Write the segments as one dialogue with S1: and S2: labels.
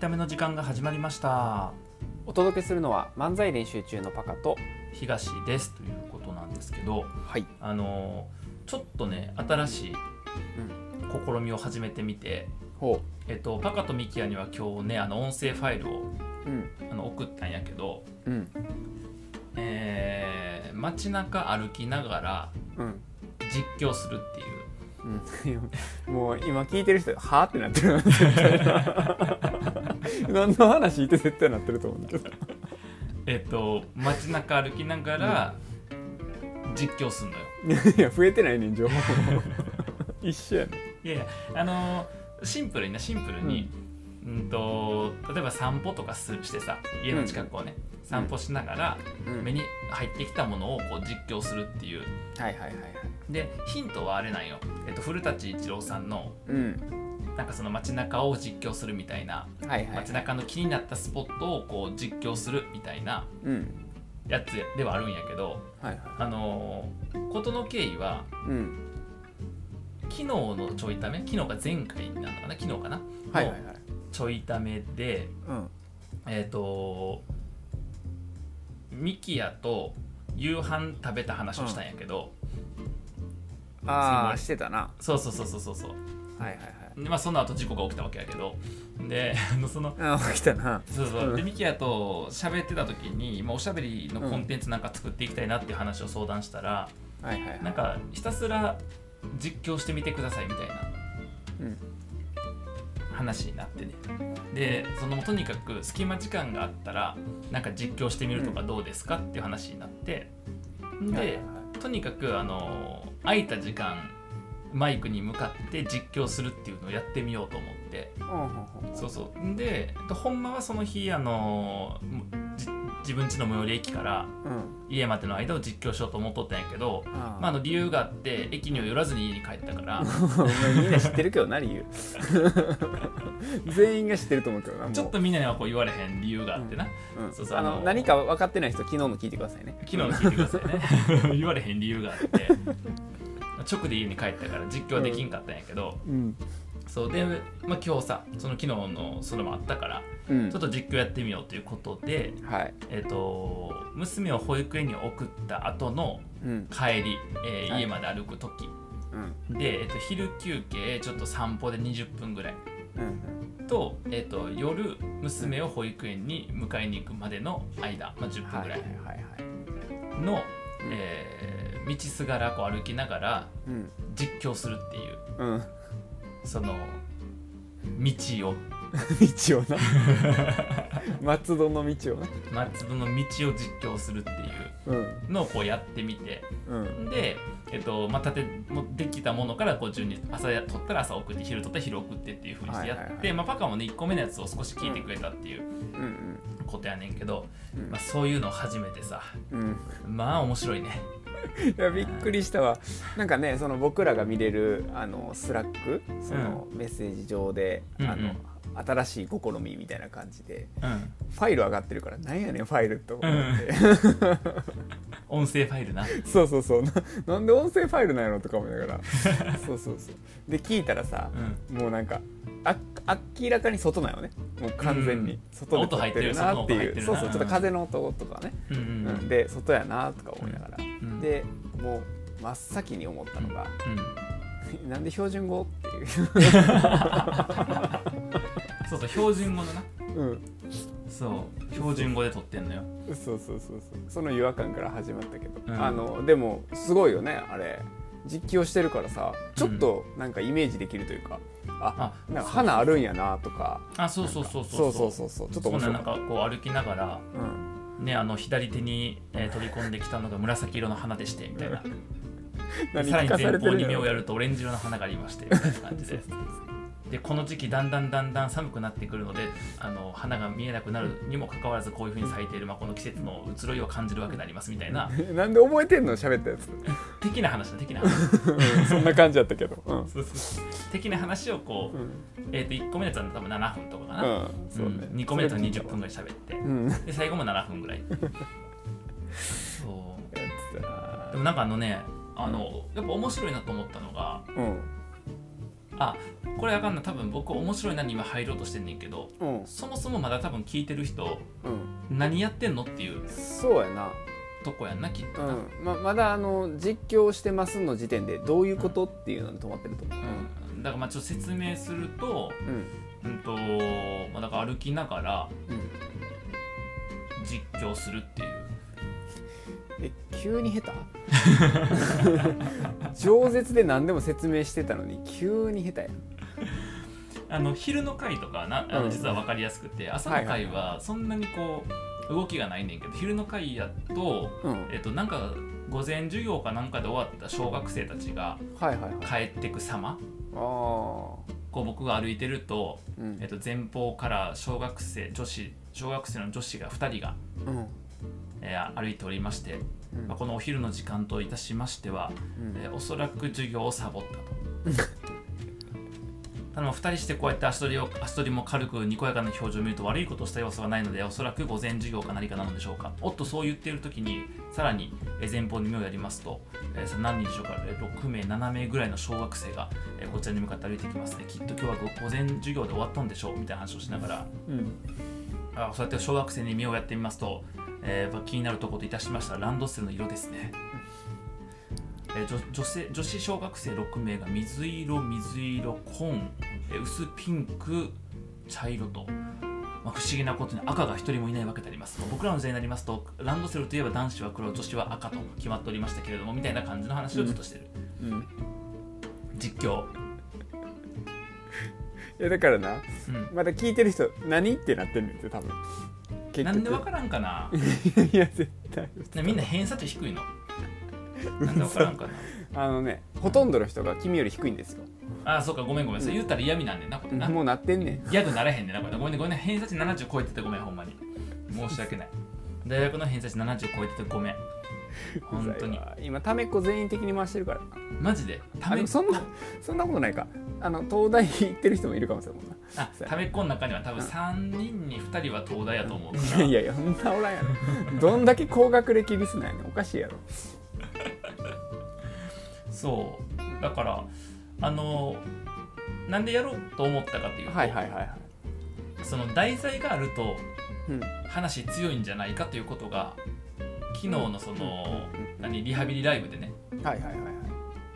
S1: ための時間が始まりました
S2: お届けするのは漫才練習中のパカと
S1: 東ですということなんですけど
S2: はい
S1: あのーちょっとね新しい試みを始めてみて、
S2: ほ
S1: えっと、パカとミキヤには今日ねあの音声ファイルを
S2: ううん
S1: あの送ったんやけど、
S2: うん
S1: えー、街中歩きながら
S2: うん
S1: 実況するっていう
S2: うん、 もう今聞いてる人はあってなってる 何の話って絶対なってると思うんだけど
S1: えっと街中歩きながら実況するのよ
S2: いや増えてないねん情報 一緒やね
S1: いやいやあのーシンプルになシンプルに、うん、と例えば散歩とかすしてさ家の近くをね、散歩しながら
S2: うん
S1: 目に入ってきたものをこう実況するっていう
S2: はいはいはいはい
S1: でヒントはあれなんよ、えっと、古舘伊知郎さんの
S2: うん
S1: なんかその街中を実況するみたいな
S2: はいはい
S1: 街中の気になったスポットをこう実況するみたいな
S2: うん
S1: やつではあるんやけど
S2: はいはい
S1: あのー事の経緯は
S2: うん
S1: 昨日のちょいため昨日が前回なのかな昨日かな
S2: はいはいはい
S1: ちょいためで
S2: うん
S1: えっ、とミキヤと夕飯食べた話をしたんやけど、
S2: ああしてたな
S1: そうそうそうそうそうそう
S2: はいはい
S1: でまあその後事故が起きたわけやけどであのその
S2: はいああ来たな
S1: そうそううんでミキヤと喋ってた時に、まあ、おしゃべりのコンテンツなんか作っていきたいなっていう話を相談したら、
S2: はいはいはい
S1: なんかひたすら実況してみてくださいみたいな
S2: うん
S1: 話になってねでそのとにかく隙間時間があったらなんか実況してみるとかどうですかっていう話になって
S2: はいはい
S1: で
S2: はい
S1: とにかくあの空いた時間マイクに向かって実況するっていうのをやってみようと思って
S2: うんうんうん
S1: そうそうでえっとほんまはその日あのもじ自分家の最寄り駅から
S2: うん
S1: 家までの間を実況しようと思っとったんやけど、
S2: あ
S1: まあ、あの理由があって駅には寄らずに家に帰ったから
S2: お前みんな知ってるけどな理 由全員が知ってると思うけどなもう
S1: ちょっとみんなにはこう言われへん理由があってな、
S2: うん
S1: そうそう
S2: あ
S1: あ
S2: の
S1: の
S2: 何か分かってない人昨日の聞いてくださいね
S1: 昨日の聞いてくださ いね言われへん理由があって直で家に帰ったから実況はできんかったんやけど、
S2: うん
S1: そうで、まあ、今日さその昨日のそれもあったから
S2: うん
S1: ちょっと実況やってみようということで、
S2: はい
S1: えっと娘を保育園に送った後の
S2: うん
S1: 帰り、えー
S2: はい
S1: 家まで歩く時
S2: うん
S1: で、えっと昼休憩ちょっと散歩で20分ぐらい
S2: うん
S1: と,、えっと夜娘を保育園に迎えに行くまでの間、まあ、10分
S2: は
S1: ぐ
S2: い
S1: ら
S2: はいいはいはい
S1: の、えー道すがらこう歩きながら
S2: うん
S1: 実況するっていう
S2: うん
S1: その道を
S2: 道 をな松戸の道をな
S1: 松戸の道を実況するっていう
S2: うん
S1: のをこうやってみて
S2: うん
S1: で、えっとまあ、立てもできたものからこう順に朝や取ったら朝送って昼取ったら昼送ってっていうふうにしてやって、
S2: はいはいはい
S1: まあ、パカもね1個目のやつを少し聞いてくれたっていう
S2: うん
S1: ことやねんけど、
S2: うん
S1: まあ、そういうのを初めてさ
S2: うんうん
S1: まあ面白いね
S2: いやびっくりしたわなんかねその僕らが見れるあのスラックそのメッセージ上で、
S1: うん
S2: あの新しい試みみたいな感じで
S1: うん
S2: ファイル上がってるからなんやねんファイルと思って、
S1: 音声ファイルな
S2: そうそうそうななんで音声ファイルなんやろとか思いなが らそうそうそうで聞いたらさ、もうなんかあ明らかに外なよねもう完全
S1: う
S2: に
S1: ん
S2: 外で撮ってるなっていう、
S1: 音入ってる外入っ
S2: そう
S1: てるな
S2: そうちょっと風の音とかね、
S1: うんうんうん
S2: うんで外やなとか思いながら、
S1: うん
S2: でもう真っ先に思ったのが、
S1: うん
S2: なんで標準語っていう、
S1: そうそう標準語だな
S2: うん、
S1: そう標準語で撮ってんのよ
S2: そうそうそうそうその違和感から始まったけど、
S1: うん
S2: あのでもすごいよねあれ実況してるからさちょっとなんかイメージできるというか、あ
S1: あ
S2: なんか花あるんやなとか
S1: あそうそうそうそ
S2: そううそう
S1: そう
S2: そうそうちょっと
S1: そう
S2: 面
S1: なん
S2: 白
S1: な
S2: か
S1: ん
S2: った
S1: かこう歩きながら
S2: うん
S1: ねあの左手に、えー取り込んできたのが紫色の花でしてみたいな
S2: 何
S1: さらに
S2: 聞かさ
S1: 前
S2: れて
S1: 方
S2: るん
S1: に
S2: や
S1: 目を
S2: ろ
S1: やるとオレンジ色の花がありましてみたいな感じででこの時期だんだんだんだん寒くなってくるのであの花が見えなくなるにもかかわらずこういうふうに咲いている、まあ、この季節の移ろいを感じるわけでありますみたいな
S2: なんで覚えてんの喋ったやつ
S1: 的な話だ的な話
S2: うんそんな感じやったけどうん
S1: そうそうそう的な話をこう、
S2: うん
S1: えー、と1個目のやつは多分7分とかかな、
S2: うんそうね
S1: 2個目のやつは20分ぐらい喋って
S2: うんやっ
S1: で最後も7分ぐ らいそう
S2: てたな
S1: でもなんかあのねあのやっぱ面白いなと思ったのが
S2: うん
S1: あこれあかんな多分僕面白いなに今入ろうとしてんねんけど
S2: うん
S1: そもそもまだ多分聞いてる人
S2: うん
S1: 何やってんのっていう
S2: そうやな
S1: とこやんなきっと
S2: う
S1: な、うん
S2: ん、ままだあの実況してますの時点でどういうことっていうのに止まってると思う、
S1: だからまあちょっと説明すると,、
S2: うん
S1: うんとまあ、だから歩きながら
S2: うん、
S1: 実況するっていう
S2: え急に下手饒舌で何でも説明してたのに急に下手や
S1: あの昼の回とかなあ
S2: う
S1: の
S2: ん
S1: 実は分かりやすくて、朝の回はそんなにこう動きがないねんけど昼の回やと、
S2: うん
S1: えっと、なんか午前授業かなんかで終わった小学生たちが
S2: はいはいはいあ
S1: 帰ってく様
S2: あー
S1: こう僕が歩いてると、
S2: うん
S1: えっと、前方から小学生女子小学生の女子が2人が、
S2: うん
S1: えー歩いておりまして、
S2: うん
S1: まあこのお昼の時間といたしましては、
S2: うん
S1: えーおそらく授業をサボったと。 ただまあ2人してこうやって足取りを足取りも軽くにこやかな表情を見ると悪いことをした様子はないのでおそらく午前授業か何かなのでしょうかおっとそう言っている時にさらにえー前方に目をやりますと、えーさあ何人でしょうかえー6名7名ぐらいの小学生がえーこちらに向かって歩いてきますねきっと今日は午前授業で終わったんでしょうみたいな話をしながら
S2: うん
S1: あそうやって小学生に目をやってみますと、えーやっぱ気になるところといたしましたらランドセルの色ですね、えー女女性女子小学生6名が水色水色紺、えー薄ピンク茶色と、まあ、不思議なことに赤が一人もいないわけであります僕らの時代になりますとランドセルといえば男子は黒女子は赤と決まっておりましたけれどもみたいな感じの話をずっとしてる、
S2: うん
S1: 実況、
S2: いやだからな
S1: うん、
S2: まだ聞いてる人何ってなってんねんって多分結
S1: なんでわからんかな
S2: いや絶対
S1: ねみんな偏差値低いのなんでわからんかな
S2: あのねほとんどの人が君より低いんですよ
S1: ああそうかごめんごめんそれ言ったら嫌味なんねんなこれな
S2: もうなってんねん
S1: ギャグならへんねんなこれごめんねごめんね偏差値70超えててごめんほんまに申し訳ない大学の偏差値70超えててごめん本当に
S2: うざいわ今ためっ子全員的に回してるからな
S1: マジでた
S2: あ
S1: めっ
S2: でも
S1: こ
S2: そんなそんなことないかあの東大行ってる人もいるかもしれないもん
S1: あためっこの中には多分3人に2人は東大やと思うか
S2: ないやいやそんなおらんやろどんだけ高学歴リスナーやねんおかしいやろ
S1: らそうだからあのなんでやろうと思ったかっていうと、
S2: はいはいはいはい
S1: その題材があると
S2: うん
S1: 話強いんじゃないかということが昨日のその
S2: うんうん
S1: 何リハビリライブでね
S2: はいはいはいはい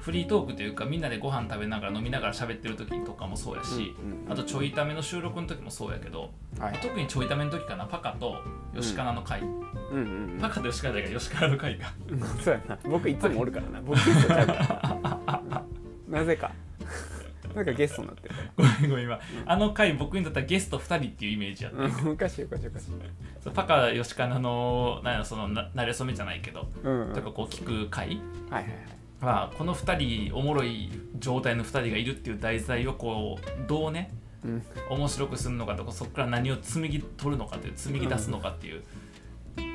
S1: フリートークというかみんなでご飯食べながら飲みながら喋ってる時とかもそうやし、
S2: うんうん
S1: あとちょいための収録の時もそうやけど、
S2: はい
S1: 特にちょいための時かなパカと吉川の会、
S2: うんうん
S1: パカと吉川じゃないか吉川の会が
S2: うんそうやな僕いつもおるから な僕ゲストちゃうからうん なぜかなんかゲストになってる
S1: ごめんごめん今あの回僕にとってはゲスト2人っていうイメージやった、
S2: うんおかしいおかしいおかしい
S1: そうパカ吉川のなんやそのななれそめじゃないけど、
S2: うんうんは
S1: と
S2: い
S1: かこう聞く回
S2: はいはい
S1: はこの2人おもろい状態の2人がいるっていう題材をこうどうね
S2: うん
S1: 面白くするのかとかそこから何を紡ぎ取るのかという紡ぎ出すのかっていう、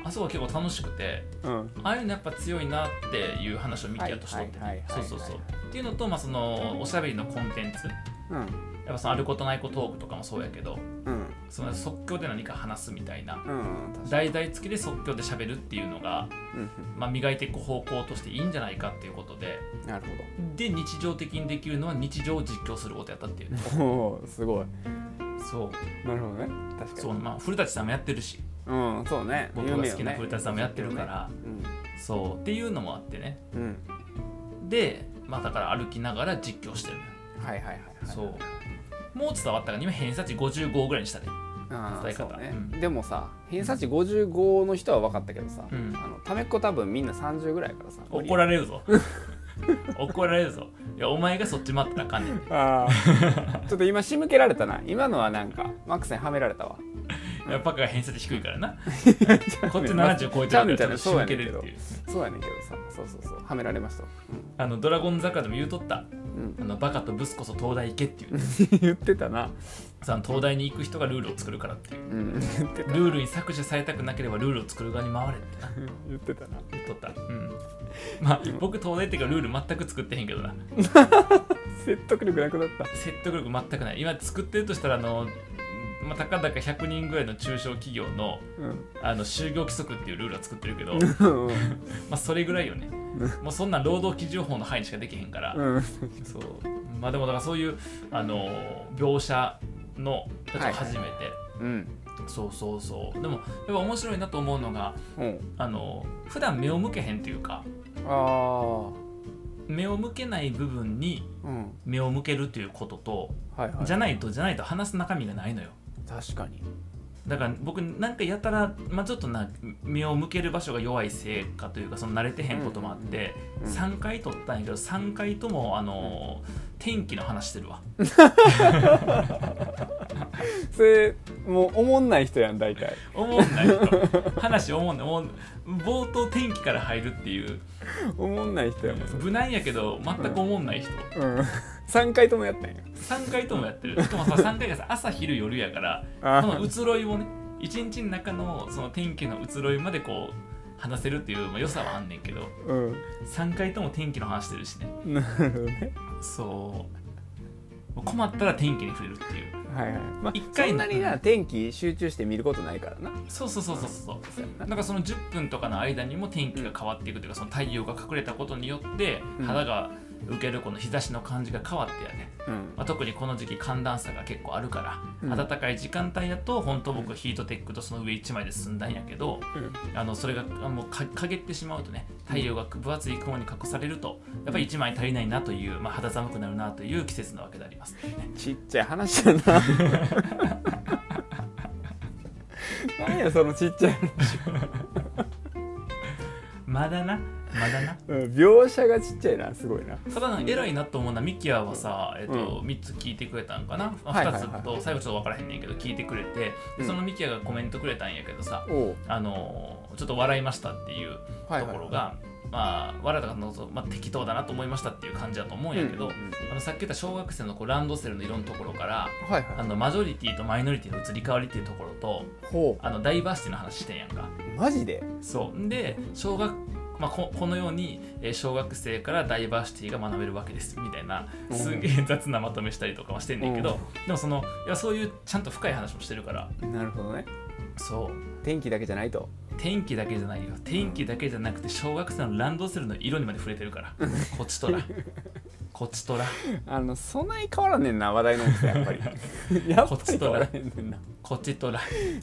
S1: あそこは結構楽しくて
S2: うん
S1: ああいうのやっぱ強いなっていう話をミキヤとしてて
S2: はいはいはいはい
S1: そう
S2: はい
S1: そうそうっていうのと、まあ、そのおしゃべりのコンテンツや
S2: うん
S1: っぱそのあることないことトークとかもそうやけど
S2: うん
S1: その即興で何か話すみたいな
S2: うん確か
S1: 題材付きで即興で喋るっていうのが、
S2: にうん
S1: まあ、磨いていく方向としていいんじゃないかっていうことで
S2: うんなるほど
S1: で日常的にできるのは日常を実況することやったっていう
S2: おーすごい
S1: そう
S2: なるほどね確か
S1: そう、
S2: に
S1: まあ、古舘さんもやってるし
S2: うんそうね
S1: 僕が好きな古舘さんもやってるから、
S2: う
S1: そうっていうのもあってね
S2: ん、うん、
S1: でまあだから歩きながら実況してるのよ
S2: はいはいはいはい
S1: そうもう伝わったから今偏差値55ぐらいにしたで
S2: あ
S1: 伝え
S2: ー
S1: 方
S2: そうね、
S1: うん
S2: でもさ偏差値55の人は分かったけどさ、
S1: うん
S2: あのためっ子多分みんな30ぐらいやからさ
S1: 怒られるぞ怒られるぞいやお前がそっち待ったらあかんねん
S2: あー ちょっと今仕向けられたな今のはなんかマックスにはめられたわ
S1: いやパカが偏差値低いからなこっち70超えてる
S2: ち
S1: か
S2: ゃうねんちゃ
S1: らちょっと
S2: うねん
S1: 仕
S2: そうや
S1: 向け
S2: ねん
S1: れ
S2: け
S1: る
S2: ど
S1: っていう
S2: そうやねんけどさそうそうそうはめられましたわ、
S1: あのドラゴン桜でも言うとった
S2: うん
S1: あのバカとブスこそ東大行けっていう
S2: うん、言ってたな、
S1: さ東大に行く人がルールを作るからっていう
S2: うん、言ってた
S1: ルールに搾取されたくなければルールを作る側に回れってな
S2: 言ってたな
S1: 言っとったうんまあ僕東大っていうかルール全く作ってへんけどな
S2: 説得力なくなった
S1: 説得力全くない今作ってるとしたらあの、まあ、たかだか100人ぐらいの中小企業の
S2: うん
S1: あの就業規則っていうルールは作ってるけど、ま
S2: うんうん
S1: あ、それぐらいよねもうそんな労働基準法の範囲しかできへんから、
S2: うん
S1: そうまあでもだからそういうあの描写のやつを初めて、
S2: うん
S1: そうそうそうでもやっぱ面白いなと思うのが
S2: うん
S1: あの普段目を向けへんというか
S2: あ
S1: 目を向けない部分に
S2: あうん
S1: 目を向けるということと
S2: はいはい
S1: じゃないとじゃないと話す中身がないのよ
S2: 確かに
S1: だから僕なんかやたら、まあ、ちょっとな目を向ける場所が弱いせいかというかその慣れてへんこともあって、
S2: うんうん
S1: 3回撮ったんやけど3回ともあのー天気の話してるわ
S2: それもう思んない人やん大体
S1: 思うんないと 話思うんないもう冒頭天気から入るっていう
S2: 思んない人やもんそれ
S1: 無難やけど全く思んない人、
S2: うん3回ともやったんや
S1: 3回ともやってるしかもさ3回がさ朝昼夜やから
S2: あ
S1: この
S2: ー
S1: 移ろいをね一日の中のその天気の移ろいまでこう話せるっていう、まあ、良さはあんねんけど
S2: う
S1: 3回とも天気の話してるしね
S2: んなるほどね
S1: そう困ったら天気に触れるっていう
S2: はいはいまあ
S1: 一回
S2: そんなに
S1: う
S2: なん天気集中して見ることないからな
S1: そうそうそうそうそう
S2: そうやんな
S1: なんかその10分とかの間にも天気が変わっていくというかその太陽が隠れたことによって
S2: うん
S1: 肌が受けるこの日差しの感じが変わってやね、
S2: うん
S1: まあ、特にこの時期寒暖差が結構あるか
S2: うん
S1: ら暖かい時間帯だと本当僕ヒートテックとその上1枚で済んだんやけどあのそれがあもうか陰ってしまうとね太陽が分厚い雲に隠されるとやっぱり1枚足りないなという、まあ、肌寒くなるなという季節なわけであります、ね、
S2: ちっちゃい話だな 何やそのちっちゃい
S1: まだなまだ な
S2: うん描写がちっちゃいなすごいな
S1: ただな偉いなと思うのはミキアはさ、えっと
S2: う
S1: 3つ聞いてくれたんかな、あ
S2: はいはいはい
S1: 2つと最後ちょっと分からへんねんけど聞いてくれてで
S2: うん
S1: そのミキアがコメントくれたんやけどさ、
S2: おう
S1: あのーちょっと笑いましたっていう
S2: はい
S1: ところが、まあ笑ったかのぞ、まあ、適当だなと思いましたっていう感じだと思うんやけど、
S2: うんうんうん
S1: あのさっき言った小学生のこうランドセルの色のところから
S2: はい
S1: あ
S2: は
S1: のマジョリティとマイノリティの移り変わりっていうところと
S2: いほ
S1: あのダイバーシティの話してんやんか。
S2: うマジで
S1: そうで小学まあ、ここのようにえー小学生からダイバーシティが学べるわけですみたいな
S2: うん
S1: すげえ雑なまとめしたりとかはしてんねんけどでもそのいやそういうちゃんと深い話もしてるから
S2: なるほどね
S1: そう
S2: 天気だけじゃないと
S1: 天気だけじゃないよ天気だけじゃなくて小学生のランドセルの色にまで触れてるからこっちと らこっちとら
S2: あのそんなに変わらねんな話題の大きさや っぱりやっぱ
S1: こっ
S2: り
S1: ち
S2: 変
S1: と
S2: わ
S1: ら
S2: らねんねんな
S1: こっちとら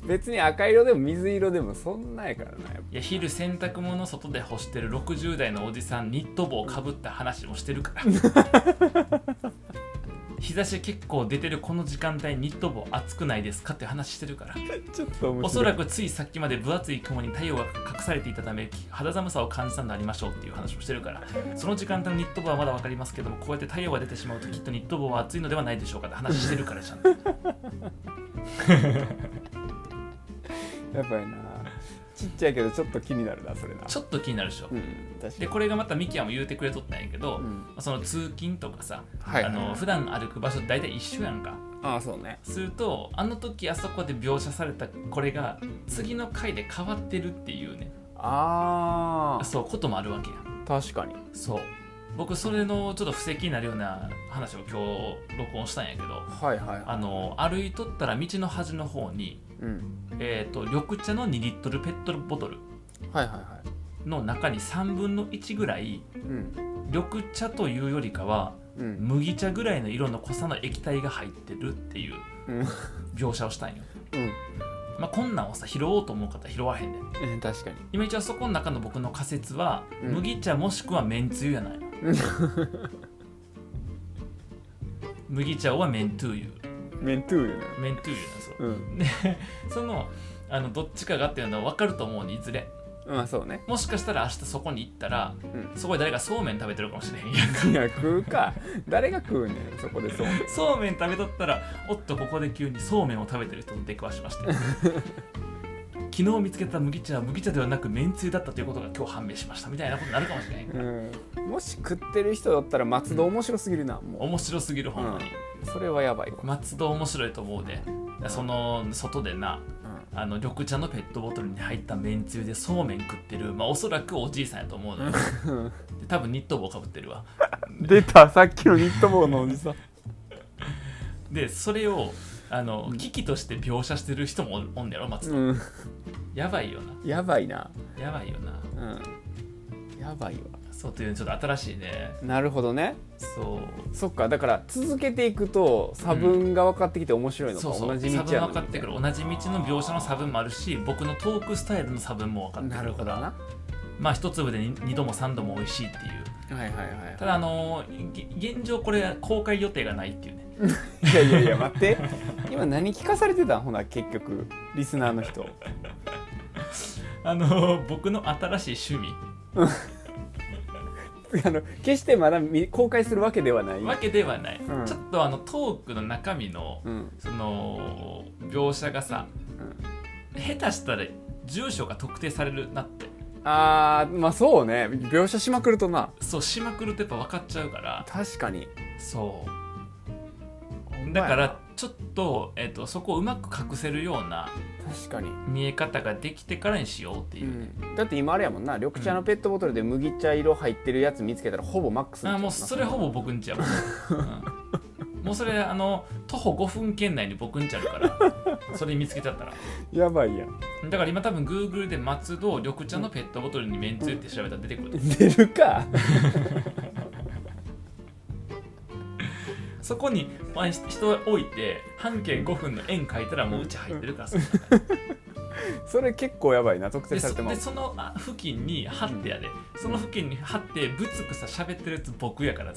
S2: 別に赤色でも水色でもそんなんやからなやっ
S1: いや昼洗濯物外で干してる60代のおじさんニット帽をかぶった話もしてるから日差し結構出てるこの時間帯ニット帽暑くないですかって話してるから
S2: ぱちょっと面白い
S1: おそらくついさっきまで分厚い雲に太陽が隠されていたため肌寒さを感じたんでありましょうっていう話もしてるからその時間帯のニット帽はまだ分かりますけどもこうやって太陽が出てしまうときっとニット帽は暑いのではないでしょうかって話してるからちゃんと
S2: やばいなちっちゃいけどちょっと気になるなそれな
S1: ちょっと気になるでしょ
S2: うん確か
S1: で
S2: に
S1: これがまたミキアも言うてくれとったんやけど、
S2: うん
S1: その通勤とかさ、
S2: はい
S1: あの普段歩く場所って大体一緒やんか
S2: ああそうね
S1: するとあの時あそこで描写されたこれが次の回で変わってるっていうね
S2: ああ
S1: そうこともあるわけやん
S2: 確かに
S1: そう僕それのちょっと布石になるような話を今日録音したんやけど
S2: はいはい
S1: あの歩いとったら道の端の方に、
S2: うん
S1: えー、と緑茶の2リットルペットボトル
S2: はいはいは
S1: の中に3分の1ぐらい
S2: いうん
S1: 緑茶というよりかは
S2: うん
S1: 麦茶ぐらいの色の濃さの液体が入ってるっていう
S2: うん
S1: 描写をしたんよ、
S2: うん
S1: まあ、こんなんをさ拾おうと思う方は拾わへんねん
S2: え確かに
S1: 今一応そこの中の僕の仮説は、
S2: うん
S1: 麦茶もしくはめんつゆやない 麦茶はめんつゆ
S2: メントゥーよね
S1: めんつゆなんですよ
S2: うん
S1: そのあのどっちかがっていうのは分かると思うにいずれ
S2: まあそうね
S1: もしかしたら明日そこに行ったら、
S2: うん
S1: そこで誰かそうめん食べてるかもしれへんやんか
S2: いや食うか誰が食うねんそこでそうめん
S1: そうめん食べとったらおっとここで急にそうめんを食べてる人と出くわしまして昨日見つけた麦茶は麦茶ではなくめんつゆだったということが今日判明しましたみたいなことになるかもしれへんから
S2: うんもし食ってる人だったら松戸面白すぎるなも
S1: 面白すぎる
S2: う、
S1: ほ
S2: うん
S1: ま
S2: ん
S1: に、、
S2: それはやばいわ、
S1: 松戸面白いと思うでその外でな
S2: う
S1: あの緑茶のペットボトルに入っためんつゆでそうめん食ってるまあおそらくおじいさんやと思うのよ
S2: ん
S1: で多分ニット帽かぶってるわ
S2: 出たさっきのニット帽のおじさん
S1: でそれをあの、危機として描写してる人もおんねやろ松戸、
S2: うん
S1: やばいよ
S2: やばいな
S1: なやばいよな
S2: うんやばいわ
S1: そうというちょっと新しいね
S2: なるほどね
S1: そう
S2: そっかだから続けていくと差分が分かってきて面白いのか、
S1: そうそう
S2: 同じ道
S1: 差
S2: や
S1: 分分
S2: のに
S1: かってくる同じ道の描写の差分もあるし僕のトークスタイルの差分も分かって
S2: な
S1: く
S2: る
S1: る
S2: ほ
S1: か
S2: どな
S1: ら
S2: は
S1: まあ一粒でに二度も三度も美味しいっていう
S2: いはいはい
S1: ただあのーげ現状これ公開予定がないっていうね
S2: いやいやいや待って今何聞かされてたんほな結局リスナーの人
S1: あのー僕の新しい趣
S2: あの決してまだ見公開するわけではない
S1: 味わけではない、
S2: うん
S1: ちょっとあのトークの中身の
S2: うん
S1: その描写がさ、下手したら住所が特定されるなって
S2: あーまあそうね描写しまくるとな
S1: そうしまくるとやっぱ分かっちゃうから
S2: 確かに
S1: そうだからちょっと,、えっとそこをうまく隠せるような
S2: 確かに、
S1: 見え方ができてからにしようって
S2: う
S1: いう、
S2: ん、だって今あれやもんな緑茶のペットボトルで麦茶色入ってるやつ見つけたらほぼマックスに
S1: あ
S2: なっちゃ
S1: もう
S2: な
S1: それほぼ僕んちやもん、うんもうそれあの徒歩5分圏内に僕んちあるからそれ見つけちゃったら
S2: やばいやん
S1: だから今多分 Google で松戸緑茶のペットボトルにめんつゆって調べたら出てくる
S2: 出るか
S1: そこにまあひ人を置いて半径5分の円書いたらもううち入ってるからそんな
S2: それ結構やばいな特定
S1: で
S2: され
S1: そ
S2: てま
S1: ですそのあ付近に貼ってやで、その付近に貼ってぶつくさ喋ってるやつ僕やから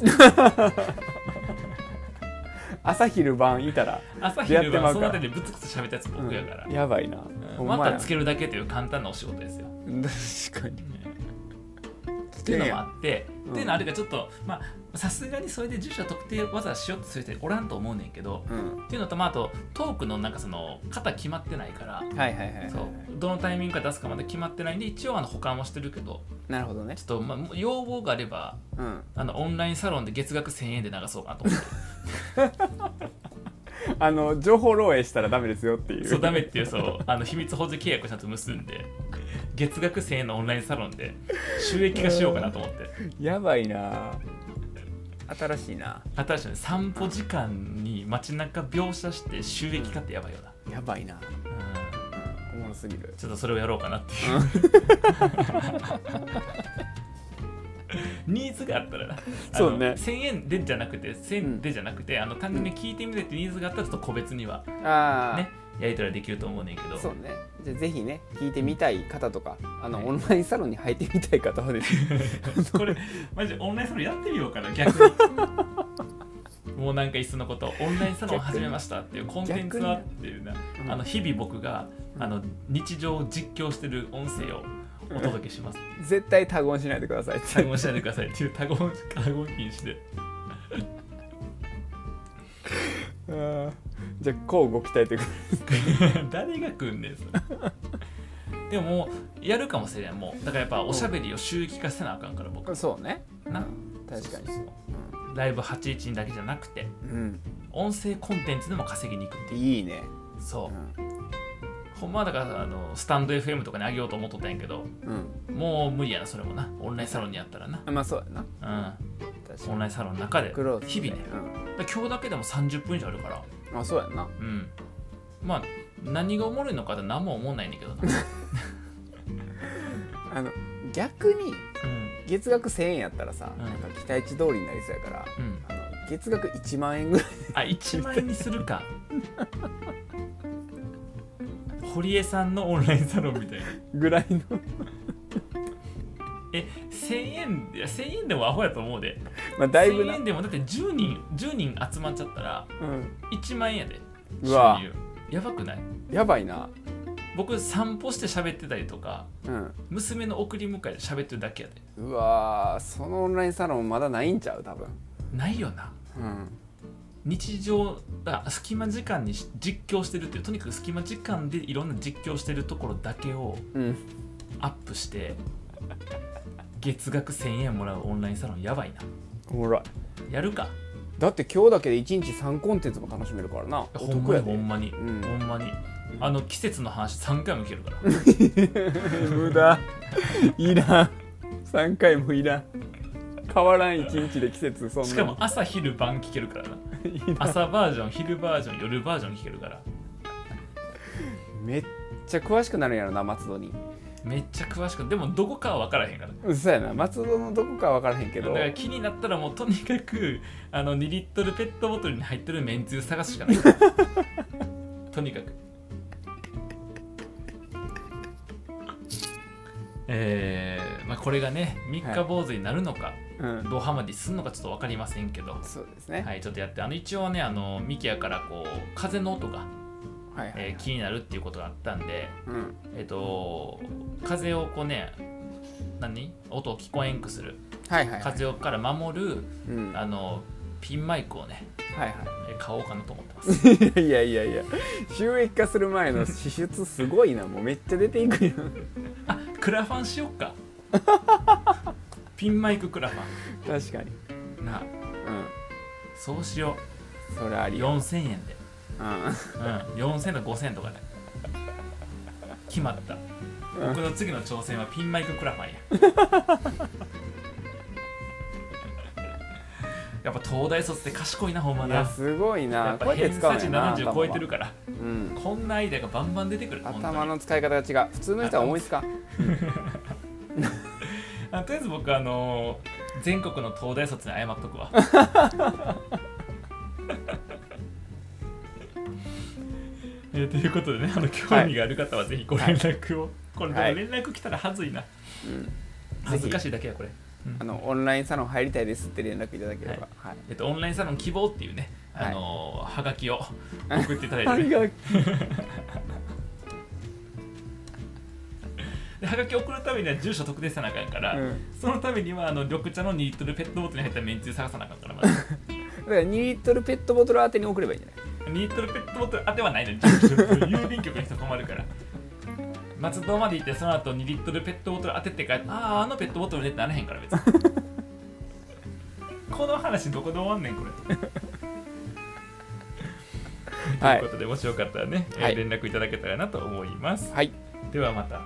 S2: 朝昼晩いたら
S1: 朝
S2: 出会
S1: 昼
S2: ってま
S1: 晩
S2: う
S1: そ
S2: か
S1: の
S2: ら
S1: 辺りでぶつくさ喋ったやつ僕やから、
S2: やばいな、
S1: うん
S2: ほん
S1: ま
S2: まや
S1: たつけるだけという簡単なお仕事ですよ、
S2: 確かに
S1: っていうのもあって、
S2: うん
S1: っていうのあるからちょっとまあさすがにそれで住所特定わざわざしようとする人おらんと思うねんけど
S2: うん
S1: っていうのとまああとトークのなんかその型決まってないから
S2: はいはいはいはい
S1: そうどのタイミングか出すかまで決まってないんで一応あの保管はしてるけど
S2: なるほどね
S1: ちょっとまあ要望があれば
S2: うん
S1: あのオンラインサロンで月額1000円で流そうかなと思って
S2: あの情報漏洩したらダメですよっていう
S1: そうダメっていうそうあの秘密保持契約をちゃんと結んで月額1000円のオンラインサロンで収益化しようかなと思って
S2: やばいな新しいな
S1: 新しいね散歩時間に街中描写して収益化ってやばいよな、
S2: やばいな、
S1: うん
S2: うん、おもろすぎる
S1: ちょっとそれをやろうかなっていう ニーズがあったらなあの
S2: そうね
S1: 1000円でじゃなくて1000円でじゃなくて、あの単純に聞いてみてってニーズがあったらちょっと個別には
S2: ああ、
S1: ねやり取りはできると思うねんけど
S2: そうねじゃあぜひね聞いてみたい方とかあのオンラインサロンに入ってみたい方はです ね
S1: これマジオンラインサロンやってみようかな逆 にもうなんかいっそのことオンラインサロンを始めましたっていうコンテンツはっていうな、
S2: うん
S1: あの日々僕が
S2: うん
S1: あの日常を実況してる音声をお届けします
S2: 絶対他言しないでくだ さい
S1: 多言しないでくださいっていう多言多言禁止で
S2: あーじゃあこうご期待というか
S1: 誰が来んねんそれでももうやるかもしれんもうだからやっぱおしゃべりを収益化せなあかんから僕
S2: そうね
S1: な
S2: うん確かに
S1: そうそうそうライブ81にだけじゃなくて
S2: うん
S1: 音声コンテンツでも稼ぎに行くっていう
S2: いいね、
S1: そううんほんまはだからあのスタンド FM とかにあげようと思っとったんやけどもう無理やなそれもなオンラインサロンにやったらな
S2: うん、まあそうやな確
S1: うんオン
S2: かに
S1: ラインサロンの中で
S2: クローズ
S1: 日々ねだから今日だけでも30分以上あるから
S2: うん、あそうやな
S1: うんまあ何がおもろいのかって何も思わないねんだけどな、
S2: あの逆
S1: う
S2: に
S1: ん
S2: 月額1000円やったらさ、
S1: うん
S2: なんか期待値通りになりそうやから
S1: うん、
S2: あの月額1万円ぐらい
S1: あ1万円にするか堀江さんのオンラインサロンみたいな
S2: ぐらいの
S1: え1000円いや1000円でもアホやと思うで
S2: まあだいぶ
S1: 1000
S2: な
S1: 円、でもだって10人10人集まっちゃったら
S2: うん、
S1: 1万円やで
S2: うわ
S1: 収入やばくない
S2: やばいな
S1: 僕散歩して喋ってたりとか
S2: うん
S1: 娘の送り迎えで喋ってるだけやで
S2: うわーそのオンラインサロンまだないんちゃう多分
S1: ないよな
S2: うん
S1: 日常だ隙間時間にし実況してるっていうとにかく隙間時間でいろんな実況してるところだけを
S2: うん
S1: アップして月額1000円もらうオンラインサロンやばいな
S2: おもろい
S1: やるか
S2: だって今日だけで1日3コンテンツも楽しめるからなお
S1: ほん
S2: 得
S1: ま
S2: や
S1: にほ
S2: で
S1: んまに、
S2: うん
S1: ほんまにあの季節の話3回も聞けるから
S2: 無駄いらん3回もいらん変わらん1日で季節そんな
S1: しかも朝昼晩聞ける からない
S2: らん
S1: 朝バージョン昼バージョン夜バージョン聞けるから
S2: めっちゃ詳しくなるんやろな松戸に
S1: めっちゃ詳しくでもどこかは分からへんから
S2: うそやな松戸のどこかは分からへんけ
S1: だか
S2: ど
S1: ら気になったらもうとにかくあの2リットルペットボトルに入ってるめんつゆ探すし かないとにかくえーまあ、これがね三日坊主になるのか、
S2: うん
S1: ドハマりすんのかちょっと分かりませんけど
S2: そうですね
S1: はいちょっとやってあの一応ねあのミキヤからこう風の音が、
S2: はいはい
S1: えー気になるっていうことがあったんで
S2: うん
S1: えっ、と風をこうね何音を聞こえんくする
S2: はいはいはい
S1: 風をから守る
S2: うんは
S1: あのピンマイクをね
S2: いは
S1: え買おうかなと思ってます
S2: いいやいやいや収益化する前の支出すごいなもうめっちゃ出ていくやん
S1: あクラファンしよっか ピンマイククラフ
S2: 確かに
S1: ァンな
S2: うん
S1: そうしよ
S2: それあ
S1: う
S2: りよ
S1: 4000円で、
S2: う
S1: うん、4000とか5000とかで決まった
S2: んうん
S1: 僕の次の挑戦はピンマイククラファンや やっぱ東大卒って賢いなほんま
S2: い
S1: な
S2: やすごい
S1: や
S2: な
S1: っ
S2: こう
S1: ぱ
S2: やって
S1: 偏
S2: 使
S1: 差
S2: うの
S1: 値
S2: よな
S1: 70超えてるから
S2: 頭はうん
S1: こんなアイデアがバンバン出てくる本当に
S2: 頭の使い方が違う普通の人は思いつかん
S1: あとりあえず僕あのー全国の東大卒に謝っとく わえーということでねあの興味がある方はぜひご連絡を、これでも
S2: はい
S1: 連絡来たらはずいな、恥ずかしいだけやこれ、うん
S2: あのオンラインサロン入りたいですって連絡いただければはい
S1: えっと、オンラインサロン希望っていうね、
S2: はい
S1: あのーはがきを送っていただい
S2: あ
S1: て
S2: り
S1: ね、
S2: が
S1: では
S2: とう
S1: がき送るためには住所特定せなあかんから、
S2: うん
S1: そのためにはあの緑茶の2リットルペットボトルに入っためんつゆ探さなあかんから、まず
S2: だから2リットルペットボトル宛てに送ればいいんじゃない
S1: 2リットルペットボトル当てはないのに郵便局の人困るから松戸まで行ってその後2リットルペットボトル当てて帰ってあああのペットボトルでってなれへんから別 にこの話どこで終わんねんこれと
S2: はい
S1: いうことでもしよかったらね、えー
S2: はい
S1: 連絡いただけたらなと思います
S2: はい
S1: ではまた